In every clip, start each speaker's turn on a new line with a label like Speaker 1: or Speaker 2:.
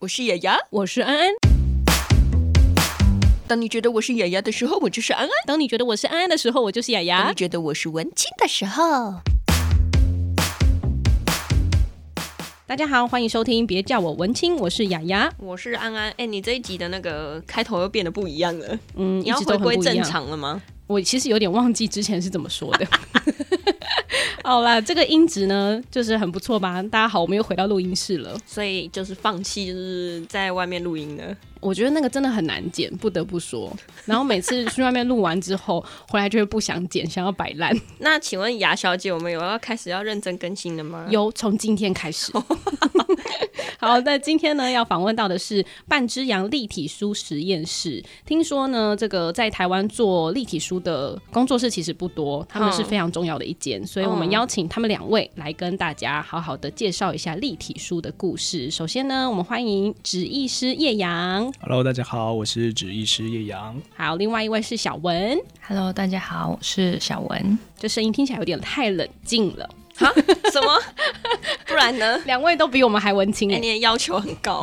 Speaker 1: 我是雅雅。
Speaker 2: 我是安安。
Speaker 1: 当你觉得我是雅雅的时候，我就是安安；
Speaker 2: 当你觉得我是安安的时候，我就是雅
Speaker 1: 当
Speaker 2: 雅
Speaker 1: 你。觉得我是文青的时候，
Speaker 2: 大家好，欢迎收听，别叫我文青，我是雅雅。
Speaker 1: 我是安安。哎、你这一集的那个开头又变得不一样了，
Speaker 2: 嗯，
Speaker 1: 你要
Speaker 2: 一直都
Speaker 1: 回
Speaker 2: 很
Speaker 1: 归
Speaker 2: 不一样
Speaker 1: 正。常了吗？
Speaker 2: 我其实有点忘记之前是怎么说 的。好啦，这个音质呢，就是很不错吧？大家好，我们又回到录音室了。
Speaker 1: 所以就是放弃，就是在外面录音了。
Speaker 2: 我觉得那个真的很难剪，不得不说。然后每次去外面录完之后，回来就会不想剪，想要摆烂。
Speaker 1: 那请问雅小姐，我们有要开始要认真更新了吗？
Speaker 2: 由从今天开始。 好，那今天呢要访问到的是半只羊立体书实验室。听说呢，这个在台湾做立体书的工作室其实不多，他们是非常重要的一间，所以我们邀请他们两位来跟大家好好的介绍一下立体书的故事。首先呢，我们欢迎纸艺师叶阳，
Speaker 3: Hello，大家好，我是纸艺师叶阳。
Speaker 2: 好，另外一位是小文。
Speaker 4: Hello，大家好，我是小文。
Speaker 2: 这声音听起来有点太冷静了，
Speaker 1: 哈？什么？ 不然呢？
Speaker 2: 两位都比我们还文青
Speaker 1: 哎、
Speaker 2: 哎、
Speaker 1: 你的要求很高、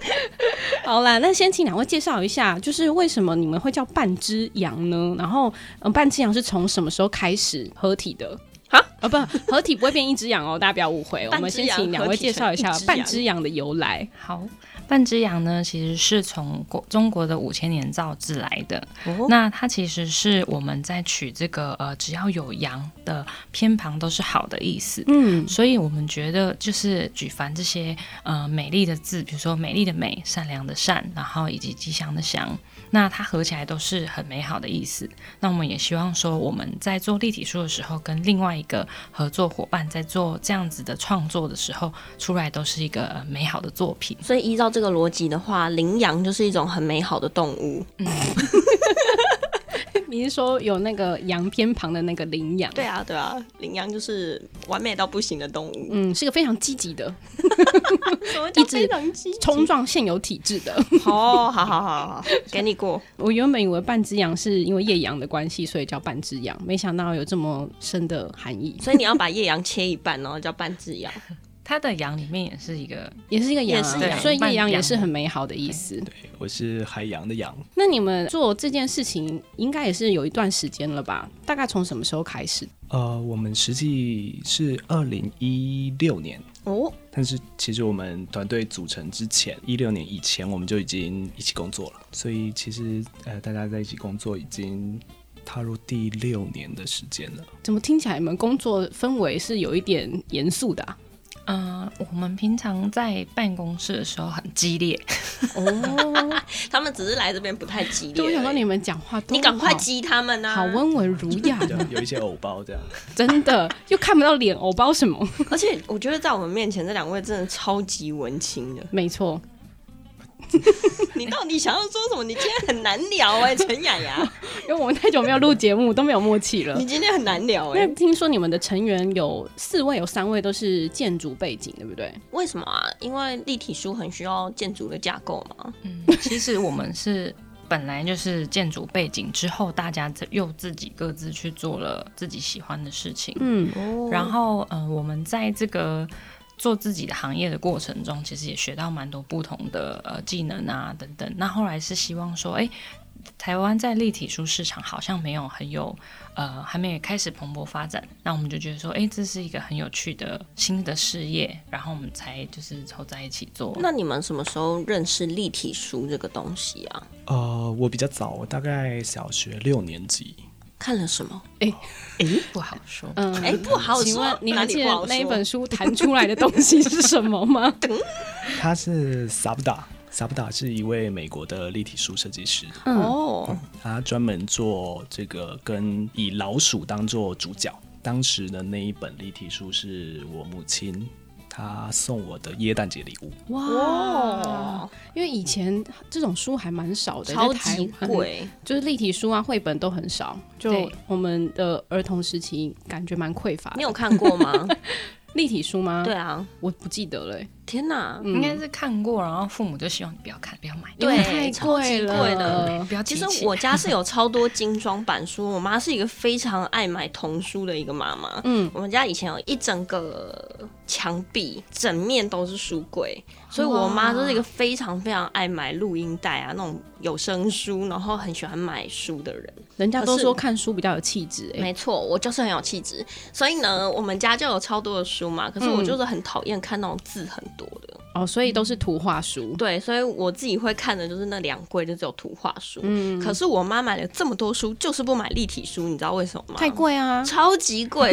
Speaker 1: 哎
Speaker 2: 好啦，那先请两位介绍一下，就是为什么你们会叫半只羊呢？然后，嗯，半只羊是从什么时候开始合体的？
Speaker 1: 啊
Speaker 2: 啊，不，合体不会变一只羊哦，大家不要误会。我们先请两位介绍一下
Speaker 1: 半
Speaker 2: 半
Speaker 1: 只
Speaker 2: 只羊的由来。
Speaker 4: 好，半只羊呢，其实是从国中国的五千年造字来的。
Speaker 1: 哦
Speaker 4: 那它其实是我们在取这个呃，只要有羊的偏旁都是好的意思。
Speaker 2: 嗯，
Speaker 4: 所以我们觉得就是举凡这些呃美丽的字，比如说美丽的美、善良的善，然后以及吉祥的祥，那它合起来都是很美好的意思。那我们也希望说我们在做立体书的时候，跟另外一个合作伙伴在做这样子的创作的时候，出来都是一个、呃美好的作品。
Speaker 1: 所以依照这个逻辑的话，羚羊就是一种很美好的动物。
Speaker 2: 你是说有那个羊偏旁的那个羚羊？
Speaker 1: 对，啊，对啊，羚羊就是完美到不行的动物。
Speaker 2: 嗯，是个非常积极的，
Speaker 1: 什么
Speaker 2: 叫非
Speaker 1: 常激
Speaker 2: 冲撞现有体制的。
Speaker 1: 哦，好好好好，给你过。
Speaker 2: 我原本以为半只羊是因为夜羊的关系，所以叫半只羊，没想到有这么深的含义，
Speaker 1: 所以你要把夜羊切一半，然哦后叫半只羊。
Speaker 4: 它的羊里面也是一个
Speaker 2: 也是一个羊
Speaker 1: 也
Speaker 2: 啊、
Speaker 1: 是羊
Speaker 2: 所以夜羊
Speaker 4: 半
Speaker 2: 也
Speaker 4: 羊
Speaker 2: 是很美好的意思。
Speaker 3: 对，我是海洋的洋。
Speaker 2: 那你们做这件事情应该也是有一段时间了吧？大概从什么时候开始？
Speaker 3: 呃，我们实际是二零一六年，
Speaker 1: 哦，
Speaker 3: 但是其实我们团队组成之前，一六年以前我们就已经一起工作了，所以其实呃大家在一起工作已经踏入第六年的时间了。
Speaker 2: 怎么听起来你们工作氛围是有一点严肃的、啊？
Speaker 4: 呃，我们平常在办公室的时候很激烈，
Speaker 2: 哦，
Speaker 1: 他们只是来这边不太激烈而已。
Speaker 2: 对，我想说你们讲话都
Speaker 1: 你赶快啊
Speaker 2: 好
Speaker 1: 激他们呐、
Speaker 2: 好温文儒雅
Speaker 3: 对 啊
Speaker 2: 哦，
Speaker 3: 有一些偶包这样，
Speaker 2: 真的又看不到脸，偶包什么？
Speaker 1: 而且我觉得在我们面前这两位真的超级文青的。
Speaker 2: 没错，
Speaker 1: 你到底想要说什么？你今天很难聊 哎、陈雅雅，
Speaker 2: 因为我们太久没有录节目，都没有默契了
Speaker 1: 你。今天很难聊哎、
Speaker 2: 那听说你们的成员有四位，有三位都是建筑背景，对不对？
Speaker 1: 为什么啊？因为立体书很需要建筑的架构嘛。
Speaker 4: 嗯，其实我们是本来就是建筑背景，之后大家自又自己各自去做了自己喜欢的事情。
Speaker 2: 嗯，
Speaker 1: 哦
Speaker 4: 然后，嗯、我们在这个做自己的行业的过程中，其实也学到蛮多不同的呃技能啊等等。那后来是希望说，哎，台湾在立体书市场好像没有很有呃，还没有开始蓬勃发展。那我们就觉得说，哎，这是一个很有趣的新的事业，然后我们才就是凑在一起
Speaker 2: 嗯
Speaker 4: 做。
Speaker 1: 那你们什么时候认识立体书这个东西啊？
Speaker 3: 呃，我比较早，我大概小学六年级，
Speaker 1: 看了什么？
Speaker 4: 不好说。
Speaker 2: 嗯，
Speaker 1: 哎、不好说。
Speaker 2: 请问你
Speaker 1: 哪
Speaker 2: 还
Speaker 1: 里
Speaker 2: 记
Speaker 1: 不好
Speaker 2: 得那一
Speaker 1: 说
Speaker 2: 本书弹出来的东西是什么吗？
Speaker 3: 他是萨布达，萨布达是一位美国的立体书设计师。
Speaker 1: 哦，
Speaker 3: 他专门做这个跟以老鼠当做主角。当时的那一本立体书是我母亲她送我的耶诞节礼物，
Speaker 1: 哦
Speaker 2: 哇！因为以前这种书还蛮少的，
Speaker 1: 超
Speaker 2: 在台
Speaker 1: 级
Speaker 2: 湾，
Speaker 1: 贵，
Speaker 2: 就是立体书啊、绘本都很少。就
Speaker 4: 对
Speaker 2: 我们的儿童时
Speaker 1: 啊
Speaker 2: 期，感觉蛮匮乏的。
Speaker 1: 你有看过吗？
Speaker 2: 立体书吗？
Speaker 1: 对，啊，
Speaker 2: 我不记得了欸、
Speaker 1: 天哪！
Speaker 2: 嗯
Speaker 4: 应该是看过，然后父母就希望你不要看，不要买，
Speaker 1: 对
Speaker 2: 因为太
Speaker 1: 超级
Speaker 2: 贵了，
Speaker 1: 贵的
Speaker 4: 不要
Speaker 1: 嗯其
Speaker 4: 提
Speaker 1: 实
Speaker 4: 起
Speaker 1: 我家是有超多精装版书，我妈是一个非常爱买童书的一个妈妈。
Speaker 2: 嗯，
Speaker 1: 我们家以前有一整个墙壁，整面都是书柜，所以我妈就是一个非常非常爱买录音带啊，那种有声书，然后很喜欢买书的人。
Speaker 2: 人家都
Speaker 1: 可是
Speaker 2: 说看书比较有气质、欸，
Speaker 1: 没错，我就是很有气质，所以呢，我们家就有超多的书嘛。可是我
Speaker 2: 嗯
Speaker 1: 就是很讨厌看那种字很多的，
Speaker 2: 哦，所以都是图画书，
Speaker 1: 对，所以我自己会看的就是那两柜就只有图画书。
Speaker 2: 嗯，
Speaker 1: 可是我妈买了这么多书，就是不买立体书，你知道为什么吗？
Speaker 2: 太贵啊，
Speaker 1: 超级 贵，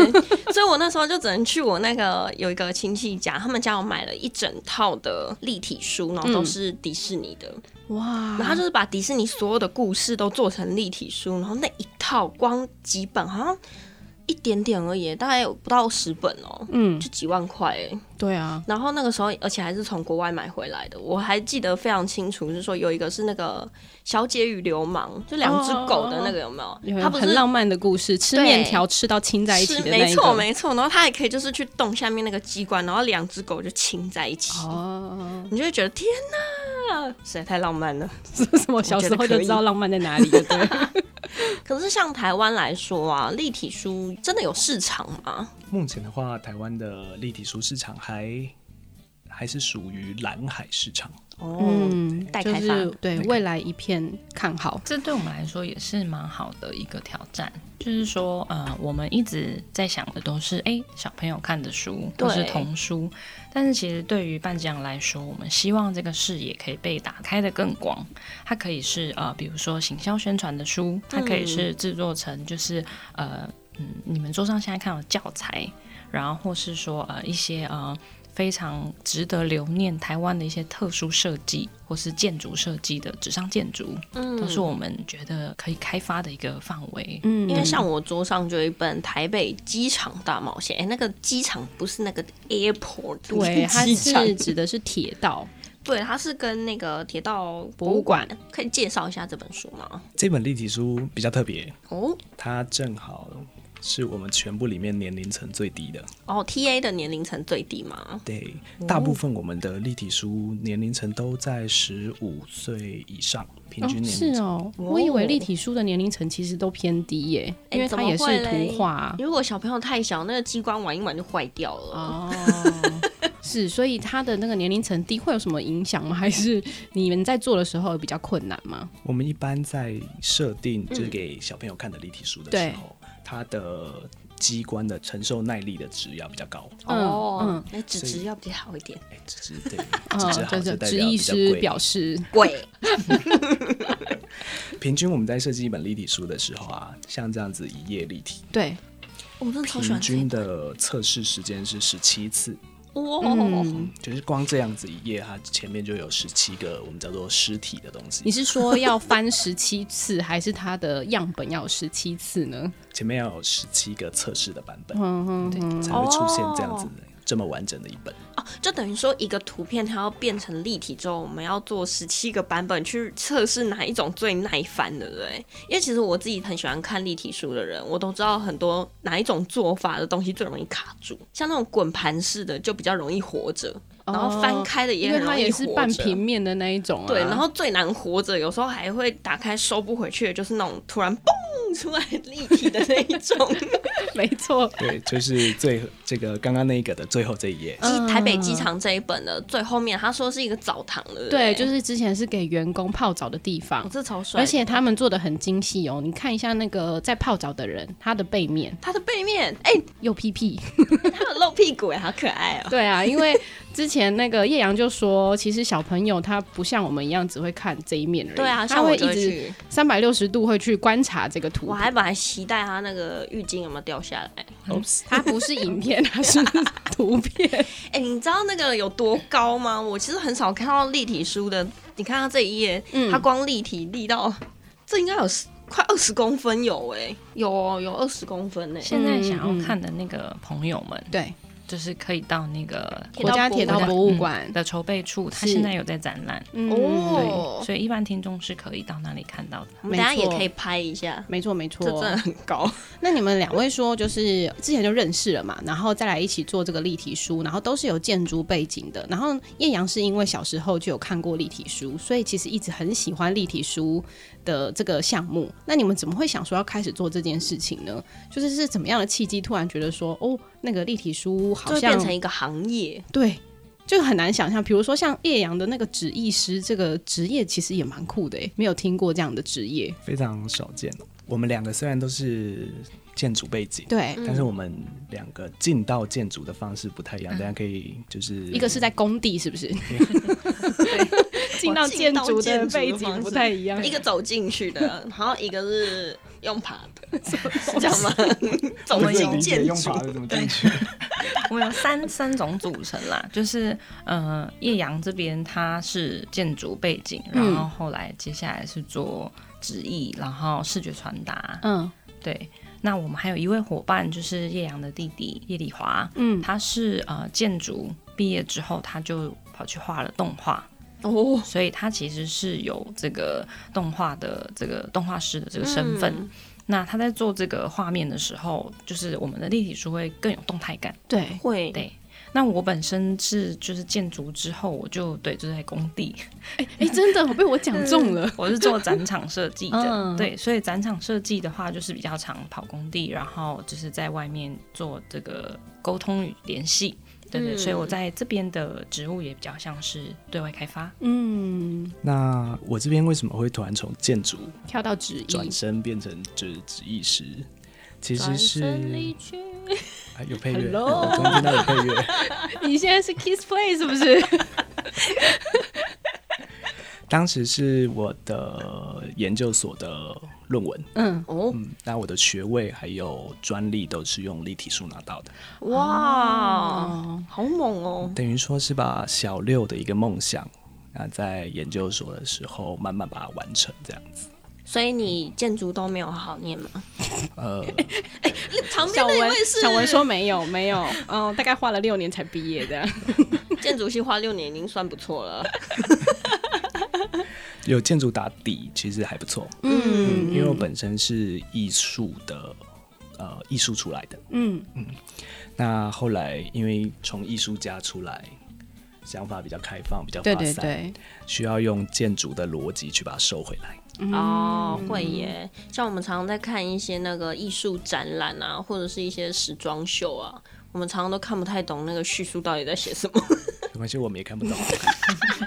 Speaker 1: 所以我那时候就只能去我那个有一个亲戚家，他们家我买了一整套的立体书，然后
Speaker 2: 嗯
Speaker 1: 都是迪士尼的，
Speaker 2: 哇，
Speaker 1: 然后他就是把迪士尼所有的故事都做成立体书，然后那一套光几本好像一点点而已，大概有不到十本哦。
Speaker 2: 嗯，
Speaker 1: 就几万块哎、
Speaker 2: 对啊，
Speaker 1: 然后那个时候，而且还是从国外买回来的，我还记得非常清楚，就是说有一个是那个《小姐与流氓》，就两只狗的那个有没
Speaker 2: 有
Speaker 1: 有？它不是
Speaker 2: 很浪漫的故事，吃
Speaker 1: 对
Speaker 2: 面条吃到亲在一起
Speaker 1: 是
Speaker 2: 的那
Speaker 1: 没
Speaker 2: 一
Speaker 1: 错
Speaker 2: 个，
Speaker 1: 没错。然后它还可以就是去动下面那个机关，然后两只狗就亲在一起，
Speaker 2: 哦，
Speaker 1: 你就会觉得天哪，实在太浪漫了。
Speaker 2: 这是我小时候就知道浪漫在哪里 了，对，
Speaker 1: 可是像台湾来说啊，立体书真的有市场吗？
Speaker 3: 目前的话，台湾的立体书市场还还是属于蓝海市场。
Speaker 1: 哦，
Speaker 2: 嗯，
Speaker 1: 待
Speaker 2: 就
Speaker 1: 开发
Speaker 2: 是对未来一片看好，
Speaker 4: 这对我们来说也是蛮好的一个挑战，就是说，呃，我们一直在想的都是，哎，小朋友看的书
Speaker 1: 对
Speaker 4: 都是童书，但是其实对于半江来说，我们希望这个视野可以被打开的更广，它可以是呃，比如说行销宣传的书，它可以是制作成就是、呃，嗯，你们桌上现在看到的教材，然后或是说呃一些呃非常值得留念台湾的一些特殊设计，或是建筑设计的纸上建筑，
Speaker 1: 嗯
Speaker 4: 都是我们觉得可以开发的一个范围。
Speaker 2: 嗯
Speaker 1: 因为像我桌上就有一本《台北机场大冒险》，哎，那个机场不是那个 airport，
Speaker 2: 对，它
Speaker 1: 机场
Speaker 2: 是指的是铁道，
Speaker 1: 对，它是跟那个铁道博
Speaker 2: 物
Speaker 1: 物
Speaker 2: 馆
Speaker 1: 馆，可以介绍一下这本书吗？
Speaker 3: 这本立体书比较特别，
Speaker 1: 哦
Speaker 3: 它正好是我们全部里面年龄层最低的。
Speaker 1: 哦，T A 的年龄层最低吗？
Speaker 3: 对，
Speaker 2: 哦
Speaker 3: 大部分我们的立体书年龄层都在十五岁以上，平
Speaker 2: 哦
Speaker 3: 均年龄
Speaker 2: 是
Speaker 3: 层。
Speaker 2: 哦，我以为
Speaker 1: 哦
Speaker 2: 立体书的年龄层其实都偏低耶，
Speaker 1: 哎
Speaker 2: 因为
Speaker 1: 怎
Speaker 2: 它
Speaker 1: 么
Speaker 2: 也是
Speaker 1: 会嘞
Speaker 2: 图画啊，
Speaker 1: 如果小朋友太小，那个机关玩一玩就坏掉了。
Speaker 2: 哦， 是，所以他的那个年龄层低会有什么影响吗？还 是你们在做的时候比较困难吗？
Speaker 3: 我们一般在设定
Speaker 2: 嗯
Speaker 3: 就是给小朋友看的立体书的时候，它的机关的承受耐力的值要比较高。
Speaker 1: 哦
Speaker 2: 嗯，
Speaker 1: 那纸
Speaker 3: 所
Speaker 1: 质要比较好一点。
Speaker 3: 哎，纸质 对，纸质
Speaker 2: 嗯，
Speaker 3: 好
Speaker 2: 就是
Speaker 3: 就代
Speaker 2: 执
Speaker 3: 表
Speaker 2: 意
Speaker 3: 比较
Speaker 2: 师
Speaker 3: 贵。
Speaker 2: 表示，
Speaker 1: 贵，
Speaker 3: 平均我们在设计一本立体书的时候啊，像这样子一页立体，
Speaker 2: 对，
Speaker 1: 我真的超喜
Speaker 3: 平
Speaker 1: 欢这
Speaker 3: 均
Speaker 1: 个。
Speaker 3: 的测试时间是十七次，
Speaker 1: 哦，
Speaker 2: 嗯，
Speaker 3: 就是光这样子一页，它前面就有十七个我们叫做尸体的东
Speaker 2: 你是
Speaker 3: 西，
Speaker 2: 说要翻十七次，还是他的样本要十七次呢？
Speaker 3: 前面要有十七个测试的版本，
Speaker 2: 嗯哦哼哼，
Speaker 3: 才会出现这样子的这么完整的一本。
Speaker 1: 哦，就等于说一个图片它要变成立体之后，我们要做十七个版本去测试哪一种最耐翻，对不对？因为其实我自己很喜欢看立体书的人，我都知道很多哪一种做法的东西最容易卡住，像那种滚盘式的就比较容易活着， 然后翻开的
Speaker 2: 哦因
Speaker 1: 也
Speaker 2: 为
Speaker 1: 很容
Speaker 2: 它
Speaker 1: 易
Speaker 2: 也是
Speaker 1: 活
Speaker 2: 半
Speaker 1: 着。
Speaker 2: 平面的那一种啊，
Speaker 1: 对，然后最难活着，有时候还会打开收不回去的，就是那种突然蹦出来立体的那一 种。
Speaker 2: 没错，
Speaker 3: 对，就是最这个刚刚那一个的最后这一页，
Speaker 1: 机台北机场这一本的最后面，他说是一个澡堂的，
Speaker 2: 嗯对，就是是之前是给员工泡澡的地方。
Speaker 1: 哦这超帅的，
Speaker 2: 而且他们做的很精细哦，你看一下那个在泡澡的人，他的背面
Speaker 1: 它的背面，哎、
Speaker 2: 右屁屁，
Speaker 1: 它有露屁股哎，好可爱哦、
Speaker 2: 对啊，因为之前那个叶阳就说，其实小朋友他不像我们一样只会看这一面而已，
Speaker 1: 对啊，
Speaker 2: 他
Speaker 1: 像
Speaker 2: 会
Speaker 1: 我
Speaker 2: 一
Speaker 1: 就会
Speaker 2: 直
Speaker 1: 去，
Speaker 2: 三百六十度会去观察这个图
Speaker 1: 我
Speaker 2: 片。
Speaker 1: 还本来期待它那个浴巾有没有掉下来。
Speaker 2: 它不是影片，它是图片。
Speaker 1: 哎、你知道那个有多高吗？我其实很少看到立体书的。你看它这一页，它光立体立到，这应该有十快二十公分有哎、有哦，有二十公分哎、
Speaker 2: 嗯
Speaker 4: 现在想要看的那个朋友们，
Speaker 2: 对，
Speaker 4: 就是可以到那个
Speaker 1: 铁
Speaker 2: 国家铁道博物馆
Speaker 4: 的筹备处，它
Speaker 2: 是
Speaker 4: 现在有在展览，
Speaker 2: 嗯
Speaker 1: 哦，
Speaker 4: 所以一般听众是可以到那里看到的。
Speaker 1: 我们大家
Speaker 2: 没
Speaker 1: 也
Speaker 2: 错
Speaker 1: 可以拍一下，
Speaker 2: 没错没
Speaker 1: 这
Speaker 2: 错，
Speaker 1: 真的很高。
Speaker 2: 那你们两位说，就是之前就认识了嘛，然后再来一起做这个立体书，然后都是有建筑背景的。然后叶阳是因为小时候就有看过立体书，所以其实一直很喜欢立体书的这个项目。那你们怎么会想说要开始做这件事情呢？就是是怎么样的契机，突然觉得说，哦，那个立体书好
Speaker 1: 就会
Speaker 2: 像
Speaker 1: 变成一个行业，
Speaker 2: 对。就很难想象，比如说像叶阳的那个纸艺师这个职业，其实也蛮酷的诶，没有听过这样的职业。
Speaker 3: 非常少见。我们两个虽然都是建筑背景，
Speaker 2: 对，嗯
Speaker 3: 但是我们两个进到建筑的方式不太一样，大家可以就是
Speaker 2: 一个是在工地，是不 是？进到建筑的背景不太一样。
Speaker 1: 一个走进去的，然后一个是用爬的，是这样吗？走
Speaker 3: 不是
Speaker 1: 进
Speaker 3: 理解
Speaker 1: 建
Speaker 3: 用
Speaker 1: 筑
Speaker 3: 法，的怎么 进去？
Speaker 4: 我有三三种组成啦，就是呃，叶阳这边他是建筑背景，然
Speaker 2: 嗯
Speaker 4: 后后来接下来是做纸艺，然后视觉传达，
Speaker 2: 嗯
Speaker 4: 对。那我们还有一位伙伴，就是叶阳的弟弟叶礼华，
Speaker 2: 嗯，
Speaker 4: 他是呃建筑毕业之后，他就跑去画了动画，
Speaker 1: 哦，
Speaker 4: 所以他其实是有这个动画的这个动画师的这个身份。那他在做这个画面的时候，就是我们的立体书会更有动态感。
Speaker 2: 对，
Speaker 1: 会
Speaker 4: 对，那我本身是就是建筑之后，我就对就是在工地，
Speaker 2: 哎，真的我被我讲中了。
Speaker 4: 我是做展场设计的
Speaker 2: 嗯，
Speaker 4: 对，所以展场设计的话就是比较常跑工地，然后就是在外面做这个沟通与联系。对对，
Speaker 1: 嗯
Speaker 4: 所以我在这边的职务也比较像是对外开发，
Speaker 2: 嗯，
Speaker 3: 那我这边为什么会突然从建筑
Speaker 2: 跳到纸艺
Speaker 3: 转，身变成就是职艺师？其实是啊，有配乐，
Speaker 2: Hello
Speaker 3: 我刚刚听到有配乐。
Speaker 2: 你现在是 Kiss Play 是不是？
Speaker 3: 当时是我的研究所的论文，
Speaker 2: 嗯，
Speaker 1: 哦，
Speaker 3: 嗯，那我的学位还有专利都是用立体书拿到的，
Speaker 1: 哇，
Speaker 2: 哦，
Speaker 1: 好猛哦！
Speaker 3: 等于说是把小六的一个梦想，那在研究所的时候慢慢把它完成，这样子。
Speaker 1: 所以你建筑都没有好好念吗？ 哎
Speaker 3: 呃，
Speaker 1: 旁边
Speaker 2: 小
Speaker 1: 那
Speaker 2: 文
Speaker 1: 位是
Speaker 2: 小文说没有没 有，哦，大概画了六年才毕业的。
Speaker 1: 建筑系花六年已经算不错了，
Speaker 3: 有建筑打底其实还不错，
Speaker 2: 嗯
Speaker 3: 因为我本身是艺术的，呃，艺术出来的。
Speaker 2: 嗯
Speaker 3: 那后来因为从艺术家出来，想法比较开放，比较发
Speaker 2: 对
Speaker 3: 散，
Speaker 2: 对对，
Speaker 3: 需要用建筑的逻辑去把它收回来。
Speaker 1: 哦，会耶。像我们常常在看一些那个艺术展览啊，或者是一些时装秀啊，我们常常都看不太懂那个叙述到底在写什么。
Speaker 3: 没关系，我们也看不懂。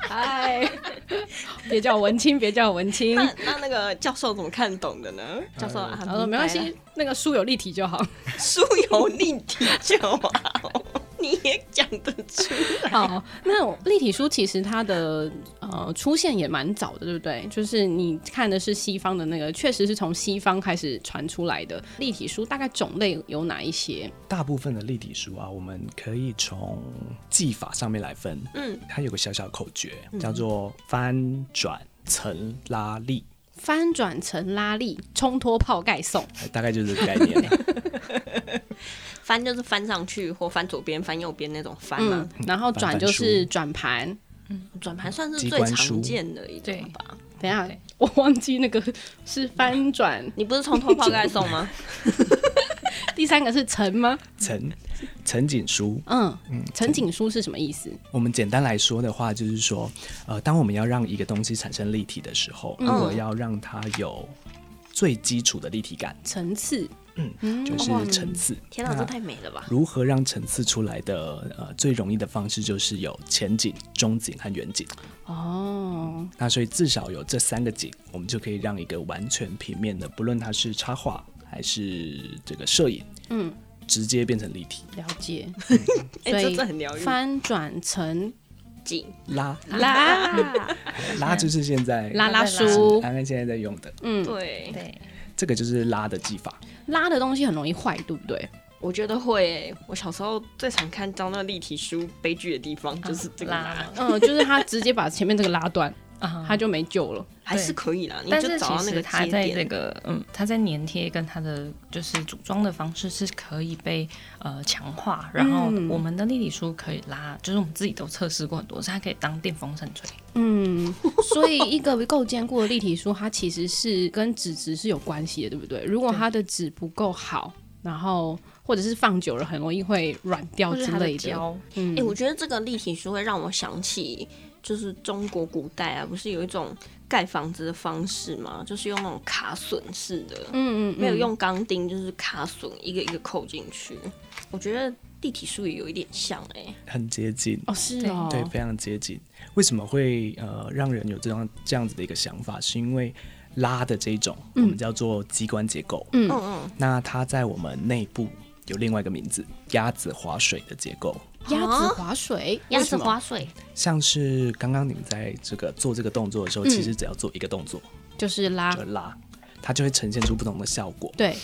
Speaker 2: 哎， 别叫我文青，别叫我文 青。
Speaker 1: 那那那个教授怎么看懂的呢？教授啊，
Speaker 2: 好了，没关系，那个书有立体就好。
Speaker 1: 书有立体就好， 你也讲得出来。
Speaker 2: 好，那我立体书其实它的呃出现也蛮早的，对不对？就是你看的是西方的那个，确实是从西方开始传出来的立体书，大概种类有哪一些？
Speaker 3: 大部分的立体书啊，我们可以从技法上面来分。
Speaker 1: 嗯，
Speaker 3: 它有个小小口诀，叫做翻转层拉力，
Speaker 2: 翻转层拉力冲脱泡盖送，
Speaker 3: 哎大概就是这个概念了。
Speaker 1: 翻就是翻上去或翻左边、翻右边那种翻嘛
Speaker 2: 嗯。，然后转就是转盘。
Speaker 1: 转盘算是
Speaker 3: 机
Speaker 1: 最
Speaker 3: 关书
Speaker 1: 常见的一种了吧？
Speaker 2: 等一下
Speaker 4: 对，
Speaker 2: 我忘记那个是翻转，
Speaker 1: 你不是从头泡盖送 吗？
Speaker 2: 第三个是层吗？
Speaker 3: 层层景书，
Speaker 2: 嗯，层景书是什么意思？
Speaker 3: 我们简单来说的话，就是说，呃，当我们要让一个东西产生立体的时候，如果要让它有最基础的立体感，
Speaker 2: 层次，
Speaker 3: 就是层次。
Speaker 1: 天哪，
Speaker 3: 那
Speaker 1: 这太美了吧！
Speaker 3: 如何让层次出来的？呃，最容易的方式就是有前景、中景和远景。
Speaker 2: 哦，
Speaker 3: 那所以至少有这三个景，我们就可以让一个完全平面的，不论它是插画还是这个摄影，
Speaker 2: 嗯，
Speaker 3: 直接变成立体。
Speaker 2: 了解。
Speaker 1: 哎、
Speaker 2: 所
Speaker 1: 这
Speaker 2: 以
Speaker 1: 这很疗愈。
Speaker 2: 翻转层
Speaker 1: 景
Speaker 3: 拉
Speaker 2: 拉
Speaker 3: 拉就是现在
Speaker 2: 拉拉
Speaker 4: 拉拉
Speaker 2: 书，
Speaker 3: 安安现在在用的，
Speaker 2: 嗯，
Speaker 1: 对，
Speaker 4: 对，
Speaker 3: 这个就是拉的技法。
Speaker 2: 拉的东西很容易坏，对不对？
Speaker 1: 我觉得会耶、我小时候最常看到那立体书悲剧的地方就是这个
Speaker 4: 啊拉
Speaker 1: 啦。
Speaker 2: 嗯，就是他直接把前面这个拉断，
Speaker 4: 啊
Speaker 2: 它就没救了。
Speaker 1: 还是可以啦。你
Speaker 4: 但
Speaker 1: 就是找
Speaker 4: 其
Speaker 1: 到那
Speaker 4: 实
Speaker 1: 个
Speaker 4: 它
Speaker 1: 节
Speaker 4: 在这
Speaker 1: 点，
Speaker 4: 个嗯，它在粘贴跟它的就是组装的方式是可以被呃强化，然后
Speaker 2: 嗯
Speaker 4: 我们的立体书可以拉，就是我们自己都测试过很多，是它可以当电风扇吹。
Speaker 2: 嗯，所以一个够坚固的立体书，它其实是跟纸质是有关系的，对不对？如果它的纸不够好，然后或者是放久了很容易会软掉
Speaker 4: 或
Speaker 2: 之
Speaker 4: 者它
Speaker 2: 类
Speaker 4: 的
Speaker 2: 的。
Speaker 4: 胶，
Speaker 2: 嗯
Speaker 1: 哎、我觉得这个立体书会让我想起，就是中国古代啊，不是有一种盖房子的方式吗？就是用那种卡榫式的，
Speaker 2: 嗯嗯，
Speaker 1: 没有用钢钉，就是卡榫一个一个扣进去。我觉得立体书也有一点像哎、
Speaker 3: 很接近。
Speaker 2: 哦，是哦，
Speaker 3: 对，非常接近。为什么会呃让人有这样这样子的一个想法？是因为拉的这种，我们叫做机关结构。
Speaker 2: 嗯
Speaker 1: 嗯嗯，
Speaker 3: 那它在我们内部有另外一个名字——鸭子划水的结构。
Speaker 2: 鸭子
Speaker 1: 啊
Speaker 2: 划水，
Speaker 1: 鸭子划水，
Speaker 3: 像是刚刚你们在这个做这个动作的时候，
Speaker 2: 嗯
Speaker 3: 其实只要做一个动作，
Speaker 2: 就是拉
Speaker 3: 就，拉，它就会呈现出不同的效果。
Speaker 2: 对，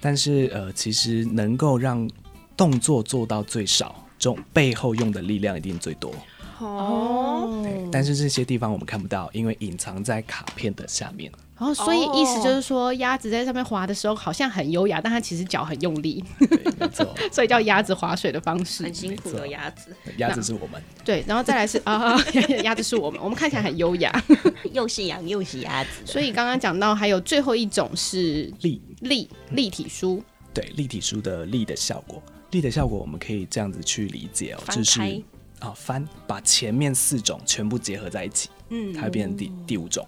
Speaker 3: 但是呃，其实能够让动作做到最少，这种背后用的力量一定最多。
Speaker 1: 哦，
Speaker 3: 对，但是这些地方我们看不到，因为隐藏在卡片的下面。
Speaker 2: 然后所以意思就是说，鸭子在上面滑的时候好像很优雅，但它其实脚很用力，
Speaker 3: 对，没错，
Speaker 2: 所以叫鸭子划水的方式
Speaker 1: 很。辛苦
Speaker 3: 没错
Speaker 1: 的鸭子，
Speaker 3: 鸭子是我们。
Speaker 2: 对，然后再来是啊， 鸭子是我们，我们看起来很优雅。
Speaker 1: 又是羊又是鸭子的。
Speaker 2: 所以刚刚讲到还有最后一种是
Speaker 3: 力
Speaker 2: 立立体书，
Speaker 3: 对立体书的力的效果，力的效果我们可以这样子去理解哦，
Speaker 1: 翻
Speaker 3: 就是
Speaker 1: 开
Speaker 3: 啊、翻，把前面四种全部结合在一起，嗯，它会变成第第五种，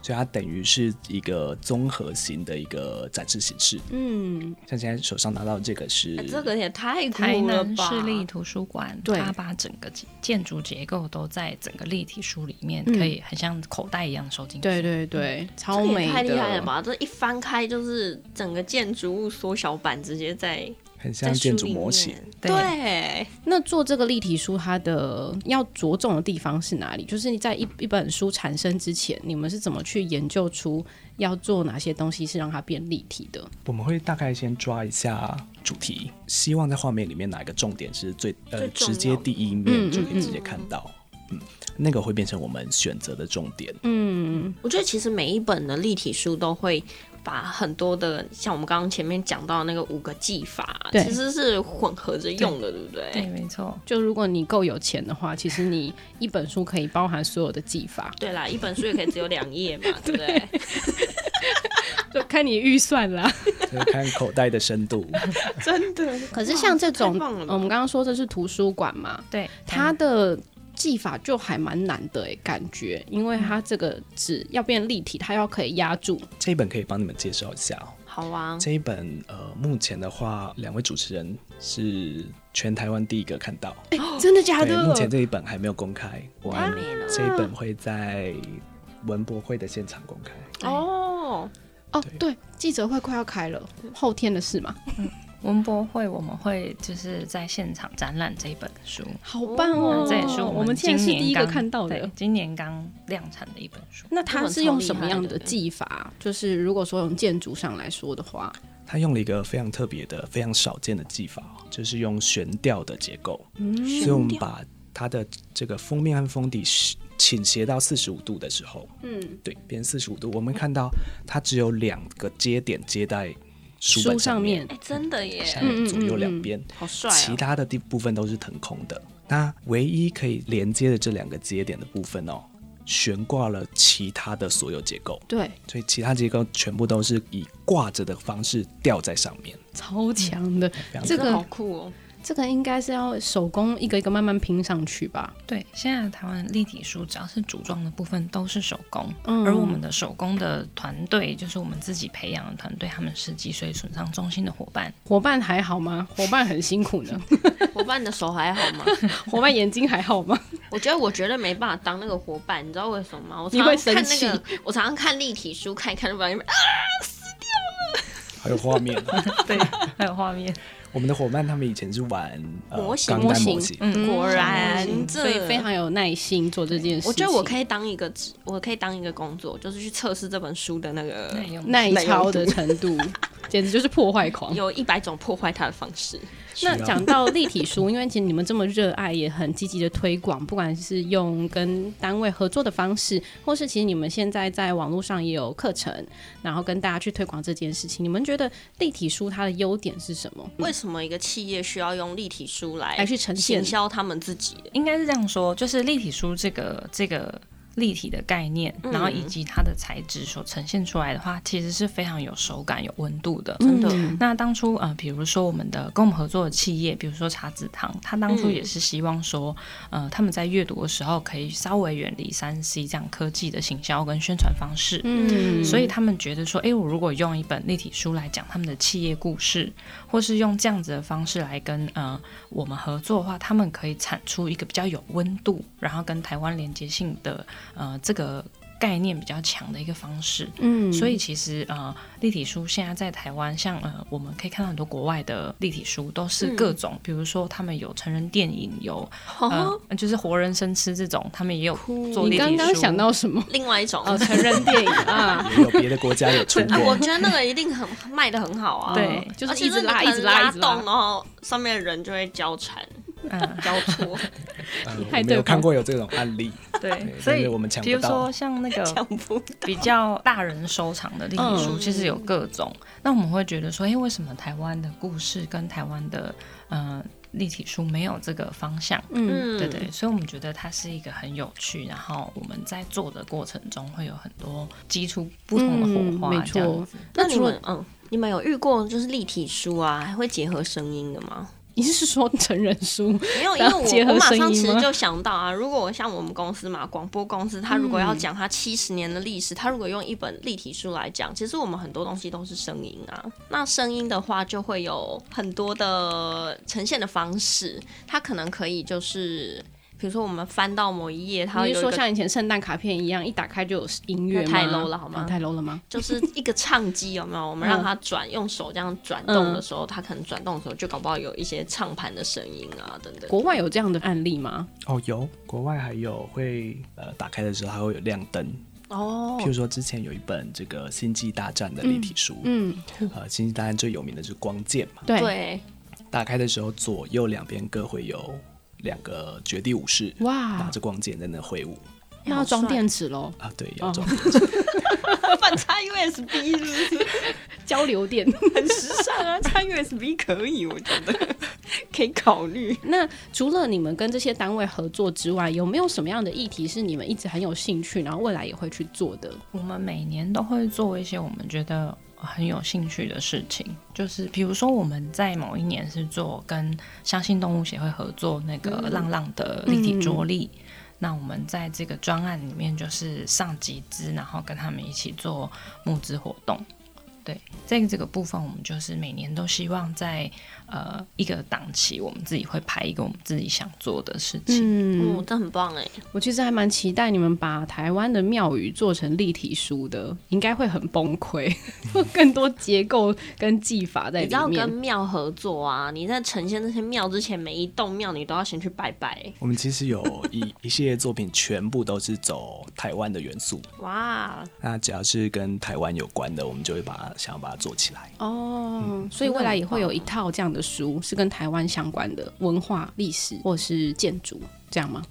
Speaker 3: 所以它等于是一个综合型的一个展示形式。
Speaker 2: 嗯，
Speaker 3: 像现在手上拿到的这个是，
Speaker 1: 哎这个也太
Speaker 4: 台
Speaker 1: 酷了
Speaker 4: 南
Speaker 1: 吧！
Speaker 4: 市立图书馆，
Speaker 2: 对
Speaker 4: 它把整个建筑结构都在整个立体书里面，
Speaker 2: 嗯
Speaker 4: 可以很像口袋一样收进去。
Speaker 2: 对对对，超
Speaker 1: 这也
Speaker 2: 美的，
Speaker 1: 太厉害了吧！这一翻开就是整个建筑物缩小版，直接在
Speaker 3: 很像
Speaker 1: 在书
Speaker 3: 建筑
Speaker 1: 里
Speaker 3: 模型。
Speaker 1: 面。
Speaker 4: 对
Speaker 1: 对，
Speaker 2: 那做这个立体书，它的要着重的地方是哪里？就是你在一一本书产生之前，你们是怎么去研究出要做哪些东西是让它变立体的？
Speaker 3: 我们会大概先抓一下主题，希望在画面里面哪一个重点是最呃
Speaker 1: 最重要
Speaker 3: 直
Speaker 1: 的
Speaker 3: 接第一
Speaker 2: 嗯
Speaker 3: 面就可以直接看到，嗯，那个会变成我们选择的重点。
Speaker 2: 嗯，
Speaker 1: 我觉得其实每一本的立体书都会把很多的，像我们刚刚前面讲到那个五个技法，
Speaker 2: 对
Speaker 1: 其实是混合着用的，对不对？
Speaker 4: 对，没错。
Speaker 2: 就如果你够有钱的话，其实你一本书可以包含所有的技法，
Speaker 1: 对啦，一本书也可以只有两页 嘛，对不对？
Speaker 2: 就看你预算啦。
Speaker 3: 就是看口袋的深度，
Speaker 1: 真的。
Speaker 2: 可是像这种，
Speaker 1: 太棒了吧
Speaker 2: 呃我们刚刚说这是图书馆嘛，
Speaker 4: 对，
Speaker 2: 它的技法就还蛮难的诶，感觉，因为它这个纸要变立体，它要可以压住，
Speaker 3: 这一本可以帮你们介绍一下哦。
Speaker 1: 好啊，
Speaker 3: 这一本呃，目前的话，两位主持人是全台湾第一个看到。
Speaker 2: 哎真的假
Speaker 3: 对，
Speaker 2: 的？
Speaker 3: 目前这一本还没有公开，我爱你。这一本会在文博会的现场公开。
Speaker 2: 哎
Speaker 1: 哦，
Speaker 2: 哦，对，记者会快要开了，后天的事嘛，
Speaker 4: 文博会我们会就是在现场展览这一本书，
Speaker 2: 好棒哦！
Speaker 4: 那这也是
Speaker 2: 我
Speaker 4: 们
Speaker 2: 竟然
Speaker 4: 今
Speaker 2: 是
Speaker 4: 年
Speaker 2: 第一个
Speaker 4: 刚
Speaker 2: 看到的
Speaker 4: 对。今年刚量产的一本书。
Speaker 2: 那它是用什么样的技法？就是如果说用建筑上来说的话，
Speaker 3: 他用了一个非常特别的、非常少见的技法，就是用悬吊的结构。嗯，所以我们把它的这个封面和封底是倾斜到四十五度的时候，
Speaker 2: 嗯，
Speaker 3: 对，变四十五度，我们看到它只有两个接点接在书
Speaker 2: 书
Speaker 3: 本
Speaker 2: 上
Speaker 3: 上
Speaker 2: 面，
Speaker 3: 面
Speaker 1: 哎，真的耶，
Speaker 3: 下面左
Speaker 2: 嗯嗯
Speaker 3: 右
Speaker 2: 嗯
Speaker 3: 两
Speaker 2: 嗯
Speaker 3: 边。
Speaker 1: 好帅
Speaker 3: 其他的地部分都是腾空的。那唯一可以连接的这两个节点的部分哦，悬挂了其他的所有结构，
Speaker 2: 对，
Speaker 3: 所以其他结构全部都是以挂着的方式吊在上面。
Speaker 2: 超强的，
Speaker 3: 常
Speaker 2: 这
Speaker 1: 好
Speaker 2: 个
Speaker 1: 酷哦！
Speaker 2: 这个应该是要手工一个一个慢慢拼上去吧？
Speaker 4: 对，现在的台湾立体书只要是组装的部分都是手工，
Speaker 2: 嗯
Speaker 4: 而我们的手工的团队就是我们自己培养的团队，他们是脊髓损伤中心的伙伴。
Speaker 2: 伙伴还好吗？伙伴很辛苦呢，
Speaker 1: 伙伴，你的手还 好吗？
Speaker 2: 伙伴眼睛还好吗？
Speaker 1: 我觉得我绝对没办法当那个伙伴，你知道为什么吗？我
Speaker 2: 你
Speaker 1: 常
Speaker 2: 会
Speaker 1: 常看那
Speaker 2: 生
Speaker 1: 个，我常常看立体书，看一看就发现，
Speaker 3: 还有画面，
Speaker 4: 对，还有画面，
Speaker 3: 我们的伙伴他们以前是玩呃
Speaker 1: 模型
Speaker 3: 钢弹模
Speaker 2: 模型
Speaker 4: 嗯
Speaker 1: 果然
Speaker 2: 嗯
Speaker 1: 这
Speaker 2: 所以非常有耐心做这件事情。
Speaker 1: 我觉得我可
Speaker 2: 以
Speaker 1: 以当一个职，我可以当一个工作，就是去测试这本书的那个
Speaker 4: 耐用
Speaker 2: 耐操的程 度，简直就是破坏狂。
Speaker 1: 有一百种破坏它的方式。
Speaker 2: 那
Speaker 3: 需要
Speaker 2: 讲到立体书，因为其实你呃们这么热爱，也很积极的推广，不管是用呃跟单位合作的方式，或是其实你们现在在网络上也有课程，然后跟大家去推广这件事情。你们觉得立体书它的优点是什么？
Speaker 1: 为什么一个企业需要用立体书
Speaker 2: 来
Speaker 1: 来
Speaker 2: 去呈现
Speaker 1: 行销他们自己？
Speaker 4: 应该是这样说，就是立体书这个这个立体的概念，
Speaker 1: 嗯
Speaker 4: 然后以及它的材质所呈现出来的话，其实是非常有手感、有温度的。
Speaker 1: 真的
Speaker 2: 嗯
Speaker 4: 那当初呃，比如说我们的跟我们合作的企业，比如说茶子堂，他当初
Speaker 1: 嗯
Speaker 4: 也是希望说，呃，他们在阅读的时候可以稍微远离三 C 这样科技的行销跟宣传方式。
Speaker 2: 嗯
Speaker 4: 所以他们觉得说，诶，我如果用一本立体书来讲他们的企业故事，或是用这样子的方式来跟呃我们合作的话，他们可以产出一个比较有温度，然后跟台湾连接性的呃这个概念比较强的一个方式。
Speaker 2: 嗯
Speaker 4: 所以其实呃，立体书现在在台湾，像呃，我们可以看到很多国外的立体书都是各种，比如说他们有成人电影，有呃，就是活人生吃这种，他们也有做立
Speaker 2: 你
Speaker 4: 体书。
Speaker 2: 刚刚想到什么？
Speaker 1: 另外一种
Speaker 2: 哦，成人电影啊，
Speaker 3: 也有别的国家有出
Speaker 1: 啊， 我
Speaker 3: 过。
Speaker 1: 觉得那个一定很卖的很好啊。
Speaker 4: 对
Speaker 2: 哦就
Speaker 1: 而
Speaker 2: 是
Speaker 1: 且
Speaker 2: 一直
Speaker 1: 你
Speaker 2: 拉，
Speaker 1: 可
Speaker 2: 一直
Speaker 1: 能
Speaker 2: 拉，一直
Speaker 1: 动，
Speaker 2: 啊拉啊
Speaker 1: 然。后上面的人就会交缠、
Speaker 4: 嗯，
Speaker 1: 交错，
Speaker 3: 呃
Speaker 2: 害对
Speaker 3: 我没
Speaker 2: 方
Speaker 3: 有看过有这种案例，
Speaker 4: 对，
Speaker 3: 对
Speaker 4: 所
Speaker 3: 但
Speaker 4: 以
Speaker 3: 是我们抢
Speaker 4: 比
Speaker 3: 不
Speaker 4: 如
Speaker 3: 到
Speaker 4: 说像那个
Speaker 1: 抢不到。
Speaker 4: 比较大人收藏的立体书，
Speaker 1: 嗯
Speaker 4: 其实有各种。那我们会觉得说，哎、为什么台湾的故事跟台湾的呃立体书没有这个方向？
Speaker 2: 嗯，
Speaker 1: 嗯
Speaker 4: 对对，所以我们觉得它是一个很有趣，然后我们在做的过程中会有很多激出不同的火
Speaker 2: 嗯
Speaker 4: 花，
Speaker 2: 没错
Speaker 4: 这样子。
Speaker 1: 那
Speaker 2: 那
Speaker 1: 你
Speaker 2: 除了
Speaker 1: 们嗯，你们有遇过就是立体书啊，还会结合声音的吗？
Speaker 2: 你是说成人书？
Speaker 1: 没有，因
Speaker 2: 然后
Speaker 1: 为
Speaker 2: 结合
Speaker 1: 我我马
Speaker 2: 声
Speaker 1: 上
Speaker 2: 音
Speaker 1: 其实
Speaker 2: 吗
Speaker 1: 就想到啊，如果我像我们公司嘛，广播公司，它如果要讲它
Speaker 2: 嗯
Speaker 1: 七十年的历史，它如果用一本立体书来讲，其实我们很多东西都是声音啊。那声音的话，就会有很多的呈现的方式，它可能可以就是。比如说，我们翻到某一页，它会有
Speaker 2: 你是
Speaker 1: 一
Speaker 2: 说
Speaker 1: 个
Speaker 2: 像以前圣诞卡片一样，一打开就有音乐吗？
Speaker 1: 那太 low 了好吗
Speaker 2: 啊太 low 了吗？
Speaker 1: 就是一个唱机有没有？我们
Speaker 2: 嗯
Speaker 1: 让它转，用手这样转动的时候，它可能转动的时候就搞不好有一些唱盘的声音啊等等。
Speaker 2: 国外有这样的案例吗？
Speaker 3: 哦，有国外还有会呃打开的时候还会有亮灯，
Speaker 1: 哦
Speaker 3: 譬如说之前有一本这个《星际大战》的立体书，
Speaker 2: 嗯，
Speaker 3: 呃，《星际大战》最有名的就是光剑嘛，
Speaker 2: 对，
Speaker 1: 对，
Speaker 3: 打开的时候左右两边各会有两个绝地武士，拿
Speaker 2: 哇，
Speaker 3: 着光剑在那挥舞
Speaker 2: 那要装电池喽，
Speaker 3: 啊，对，
Speaker 2: 哦
Speaker 3: 要装。
Speaker 1: 反插 USB 是不是
Speaker 2: 交流电。
Speaker 1: 很时尚啊？插 USB 可以，我觉得 可以考虑。
Speaker 2: 那除了你们跟这些单位合作之外，有没有什么样的议题是你们一直很有兴趣，然后未来也会去做的？
Speaker 4: 我们每年都会做一些我们觉得很有兴趣的事情，就是比如说我们在某一年是做跟相信动物协会合作那个浪浪的立体桌立。那我们在这个专案里面就是上集资，然后跟他们一起做募资活动。对，在这个部分，我们就是每年都希望在呃一个档期，我们自己会排一个我们自己想做的事情。
Speaker 2: 嗯，
Speaker 1: 嗯，这很棒哎，
Speaker 2: 我其实还蛮期待你们把台湾的庙宇做成立体书的，应该会很崩溃， 有更多结构跟技法在
Speaker 1: 你知道
Speaker 2: 里
Speaker 1: 跟
Speaker 2: 面。
Speaker 1: 庙合作啊？你在呈现这些庙之前，每一栋庙你都要先去拜拜。
Speaker 3: 我们其实有一 一系列作品，全部都是走台湾的元素。
Speaker 1: 哇，
Speaker 3: 那只要是跟台湾有关的，我们就会把它想要把它做起来。
Speaker 2: 哦，所以未来也会有一套这样的书，是跟台湾相关的文化、历史或是建筑，这样吗？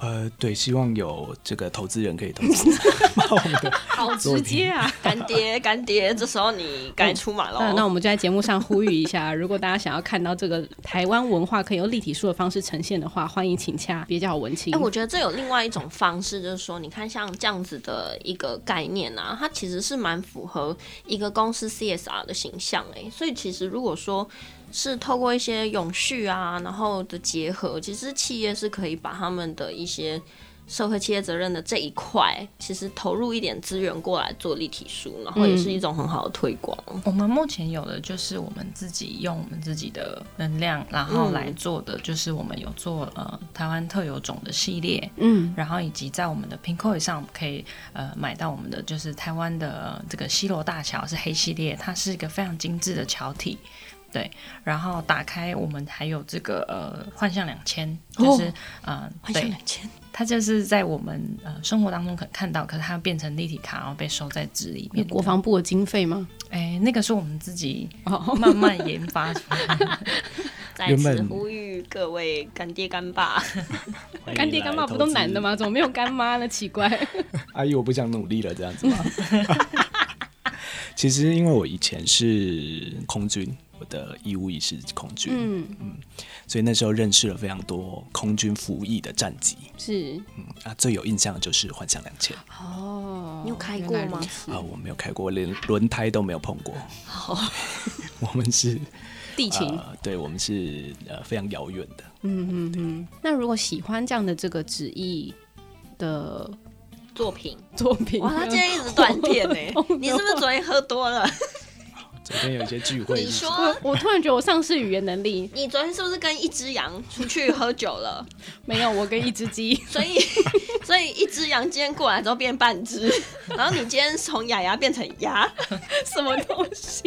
Speaker 3: 呃，对，希望有这个投资人可以投资把我们的
Speaker 2: 好直接啊！
Speaker 1: 干爹，干爹，这时候你该出马喽。
Speaker 2: 那那我们就在节目上呼吁一下， 如果大家想要看到这个台湾文化可以用立体书的方式呈现的话，欢迎请洽别叫文青。
Speaker 1: 哎、我觉得这有另外一种方式，就是说，你看像这样子的一个概念啊，它其实是蛮符合一个公司 CSR 的形象哎、所以其实如果说是透过一些永续啊，然后的结合，其实企业是可以把他们的一些社会企业责任的这一块，其实投入一点资源过来做立体书，然后也
Speaker 3: 嗯
Speaker 1: 是一种很好的推广。哦
Speaker 4: 我们目前有的就是我们自己用我们自己的能量，然后来做的，就是我们有做呃台湾特有种的系列，
Speaker 2: 嗯，
Speaker 4: 然后以及在我们的拼购上可以呃买到我们的呃就是台湾的这个西罗大桥是黑系列，它是一个非常精致的桥体。对，然后打开我们还有这个呃幻象两千，就是、呃
Speaker 1: 哦幻想
Speaker 4: 对，
Speaker 1: 两千，
Speaker 4: 它就是在我们呃生活当中可能看到，可是它变成立体卡，然后被收在纸里
Speaker 2: 有
Speaker 4: 面。
Speaker 2: 国防部的经费吗？
Speaker 4: 哎，那个是我们自己
Speaker 2: 哦，
Speaker 4: 慢慢研发出 来的。
Speaker 1: 在
Speaker 3: 原
Speaker 1: 此
Speaker 3: 本
Speaker 1: 呼吁各位干爹干爸，
Speaker 3: 哎
Speaker 2: 干爹干妈不都男的？吗？怎么没有干妈呢？奇怪。
Speaker 3: 阿姨，我不想努力了，这样子 吗？其实，因为我以前是空军，我的义务役是空军，
Speaker 2: 嗯，
Speaker 3: 所以那时候认识了非常多空军服役的战机。
Speaker 2: 是
Speaker 3: 嗯啊，最有印象的就是幻象两千
Speaker 2: 哦
Speaker 1: 你有开过吗？
Speaker 3: 啊，我没有开过，连轮胎都没有碰过。 我们是
Speaker 2: 地勤，
Speaker 3: 呃，对，我们是呃非常遥远的。
Speaker 2: 嗯嗯嗯。那如果喜欢这样的这个旨意的
Speaker 1: 作 品，
Speaker 2: 作品，
Speaker 1: 哇，他今天一直断片呢、你是不是昨天喝多了？
Speaker 3: 昨天有一些聚会，
Speaker 1: 你说
Speaker 2: 我 我突然觉得我丧失语言能力，
Speaker 1: 你昨天是不是跟一只羊出去喝酒 了？
Speaker 2: 没有，我跟一只 鸡
Speaker 1: 所以，所以一只羊今天过来之后变半 只，然后你今天从雅雅变成 牙，
Speaker 2: 什么东西，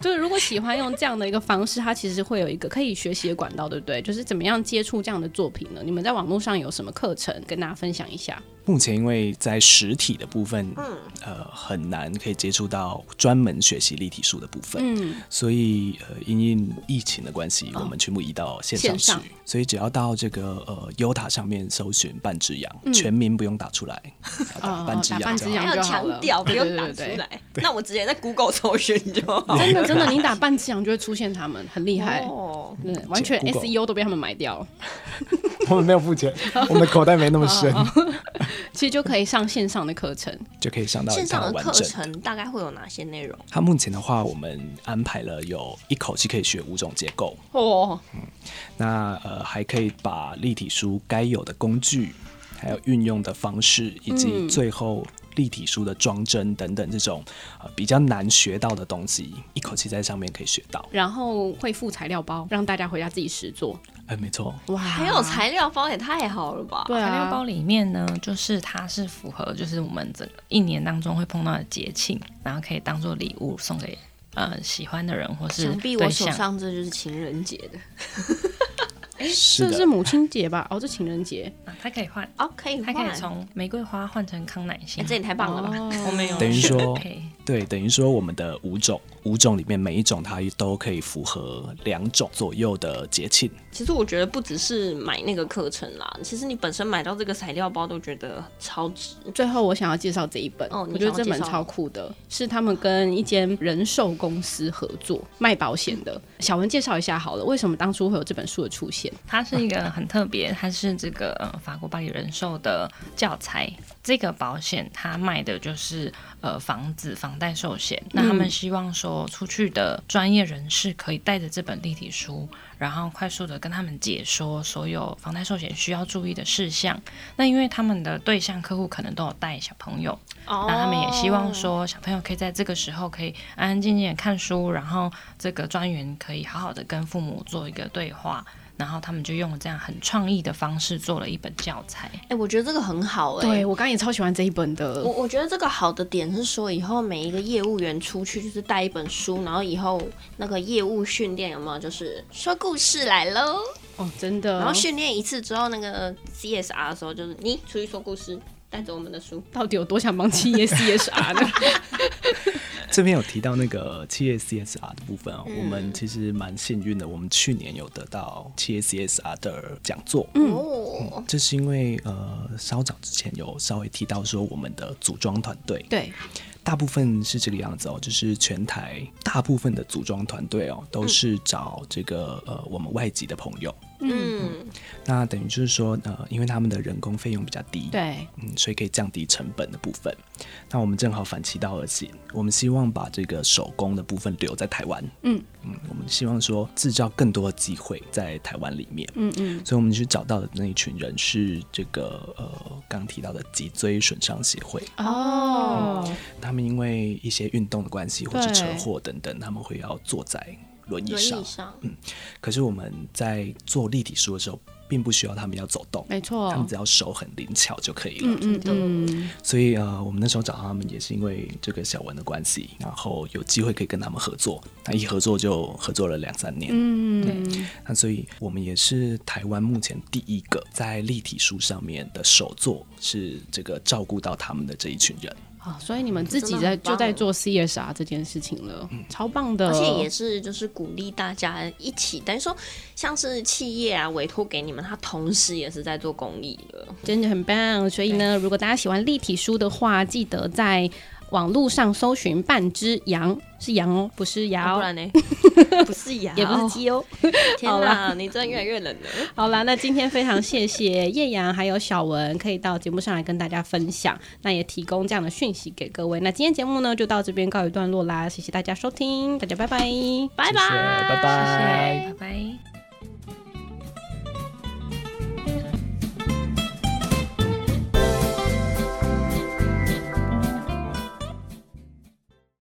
Speaker 2: 就是如果喜欢用这样的一个方式，它其实会有一个可以学习的管道，对不对？就是怎么样接触这样的作品呢？你们在网络上有什么课程跟大家分享一下？
Speaker 3: 目前因为在实体的部分，
Speaker 2: 嗯
Speaker 3: 呃，很难可以接触到专门学习立体术的部分，
Speaker 2: 嗯，
Speaker 3: 所以呃，因应疫情的关系，我们全部移到线上
Speaker 2: 线
Speaker 3: 去
Speaker 2: 上。
Speaker 3: 所以只要到这个呃优塔上面搜寻半只羊，全名不用 打出来，要打
Speaker 2: 嗯哦
Speaker 3: 半只
Speaker 2: 打
Speaker 3: 羊
Speaker 2: 半
Speaker 3: 就
Speaker 2: 只
Speaker 3: 好。
Speaker 2: 羊
Speaker 1: 还有
Speaker 2: 就好
Speaker 1: 强
Speaker 2: 了
Speaker 1: 调不
Speaker 2: 对
Speaker 1: 用
Speaker 2: 对
Speaker 1: 打
Speaker 2: 对
Speaker 1: 出
Speaker 2: 对
Speaker 1: 来。那我直接在 Google 搜寻就好。
Speaker 2: 真的真的，你打半只羊就会出现他们，很 厉害，
Speaker 1: 哦，
Speaker 2: 对，完全
Speaker 3: Google
Speaker 2: SEO 都被他们买掉了。
Speaker 3: 我们没有付 钱，我们的口袋没那么深，
Speaker 2: 哦其实就可以上线上的课程，
Speaker 3: 就可以上
Speaker 2: 哎
Speaker 3: 到
Speaker 1: 线
Speaker 3: 一
Speaker 1: 上
Speaker 3: 套
Speaker 1: 的
Speaker 3: 完
Speaker 1: 课
Speaker 3: 整。
Speaker 1: 程大概会有哪些内容？
Speaker 3: 它目前的话，我们安排了有一口气可以学五种结构，
Speaker 1: 哦，
Speaker 3: 那呃还可以把立体书该有的工具，还有运用的方式，以
Speaker 2: 嗯
Speaker 3: 及最后立体书的装帧等等这种呃比较难学到的东西，一口气在上面可以学到。
Speaker 2: 然后会附材料包，让大家回家自己实做。
Speaker 3: 哎、没错，
Speaker 2: 哇，
Speaker 1: 还有材料包也太好了吧！
Speaker 2: 啊对
Speaker 4: 材料
Speaker 2: 啊，
Speaker 4: 包里面呢，就是它是符合就是我们整个一年当中会碰到的节庆，然后可以当做礼物送给呃喜欢的人或是
Speaker 1: 想必
Speaker 4: 对
Speaker 1: 我手
Speaker 4: 象
Speaker 1: 上这就是情人节的
Speaker 3: 是
Speaker 2: 哎这是
Speaker 3: 的，
Speaker 2: 母亲节吧？哦，这情人节。
Speaker 4: 啊，它可以换，
Speaker 1: 哦，可以
Speaker 4: 它
Speaker 1: 换，
Speaker 4: 可以从玫瑰花换成康乃馨。
Speaker 1: 哎这也太棒了吧！
Speaker 2: 哦
Speaker 4: 我们有
Speaker 3: 等于说
Speaker 4: 选配
Speaker 3: 对，等于说我们的五种五种里面每一种它都可以符合两种左右的节庆。
Speaker 1: 其实我觉得不只是买那个课程啦，其实你本身买到这个材料包都觉得超值。
Speaker 2: 最后，我想要介绍这一本，
Speaker 1: 哦你
Speaker 2: 我觉得这
Speaker 1: 想要
Speaker 2: 本
Speaker 1: 介绍
Speaker 2: 超酷的，是他们跟一间人寿公司合作卖保险的。小文介绍一下好了，为什么当初会有这本书的出现？
Speaker 4: 它是一个很特别，它是这个、呃、法国巴黎人寿的教材。这个保险它卖的就是呃房子房贷寿险，那他们希望说出去的专业人士可以带着这本立体书，然后快速的跟他们解说所有房贷寿险需要注意的事项。那因为他们的对象客户可能都有带小朋友，
Speaker 1: 哦
Speaker 4: 那他们也希望说，小朋友可以在这个时候可以安安静静的看书，然后这个专员可以好好的跟父母做一个对话，然后他们就用这样很创意的方式做了一本教材。
Speaker 1: 哎、我觉得这个很好哎、
Speaker 2: 对我刚刚也超喜欢这一本的
Speaker 1: 我，我觉得这个好的点是说，以后每一个业务员出去就是带一本书，然后以后那个业务训练有没有就是说故事来喽？
Speaker 4: 嗯
Speaker 2: 哦，真的。
Speaker 1: 然后训练一次之后，那个 CSR 的时候就是你出去说故事，带着我们的书。
Speaker 2: 到底有多想帮 企业 CSR 呢？
Speaker 3: 这边有提到那个企业 CSR 的部分
Speaker 2: 嗯
Speaker 3: 哦，我们其实蛮幸运的，我们去年有得到企业 CSR 的讲座。
Speaker 4: 嗯
Speaker 1: 哦，
Speaker 3: 这是因为呃，稍早之前有稍微提到说，我们的组装团队
Speaker 2: 对，
Speaker 3: 大部分是这个样子哦，就是全台大部分的组装团队哦，都是找这个呃我们外籍的朋友。
Speaker 1: 嗯，
Speaker 3: 那等于就是说，呃，因为他们的人工费用比较低，，
Speaker 2: 对，
Speaker 3: 嗯，所以可以降低成本的部分。那我们正好反其道而行，我们希望把这个手工的部分留在台湾，
Speaker 2: 嗯
Speaker 3: 嗯，我们希望说制造更多的机会在台湾里面，
Speaker 2: 嗯嗯，
Speaker 3: 所以我们去找到的那一群人是这个呃刚提到的脊椎损伤协会，
Speaker 2: 啊哦，
Speaker 3: 他们因为一些运动的关系或是
Speaker 2: 对
Speaker 3: 车祸等等，他们会要坐在轮椅
Speaker 1: 轮
Speaker 3: 上
Speaker 1: 椅。上，
Speaker 3: 可是我们在做立体书的时候，并不需要他们要走动，
Speaker 2: 没错
Speaker 3: 他，们只要手很灵巧就可以了。
Speaker 2: 嗯嗯嗯，
Speaker 3: 所以呃，我们那时候找他们也是因为这个小文的关系，然后有机会可以跟他们合作，那一合作就合作了两三年。
Speaker 2: 嗯，
Speaker 3: 那所以我们也是台湾目前第一个在立体书上面的首作是这个照顾到他们的这一群人。
Speaker 2: 啊，所以你们自己
Speaker 1: 哎真的
Speaker 2: 在
Speaker 1: 很棒
Speaker 2: 就在做 CSR 这件事情了，超棒的，
Speaker 1: 而且也是就是鼓励大家一起，等于说像是企业啊委托给你们，他同时也是在做公益的。
Speaker 2: 真的很棒。所以呢，如果大家喜欢立体书的话，记得在网络上搜寻半只羊，是羊哦，不是
Speaker 1: 啊
Speaker 2: 羊
Speaker 1: 不。然呢？ 啊不是羊，
Speaker 2: 也不是鸡哦。
Speaker 1: 天
Speaker 2: 好
Speaker 1: 哪，你真的越来越 冷了。
Speaker 2: 好啦，那今天非常谢谢叶阳还有小文可以到节目上来跟大家分享，那也提供这样的讯息给各位。那今天节目呢就到这边告一段落啦，谢谢大家收听，大家拜拜。
Speaker 1: 拜
Speaker 3: 谢谢，拜拜。
Speaker 4: 拜拜。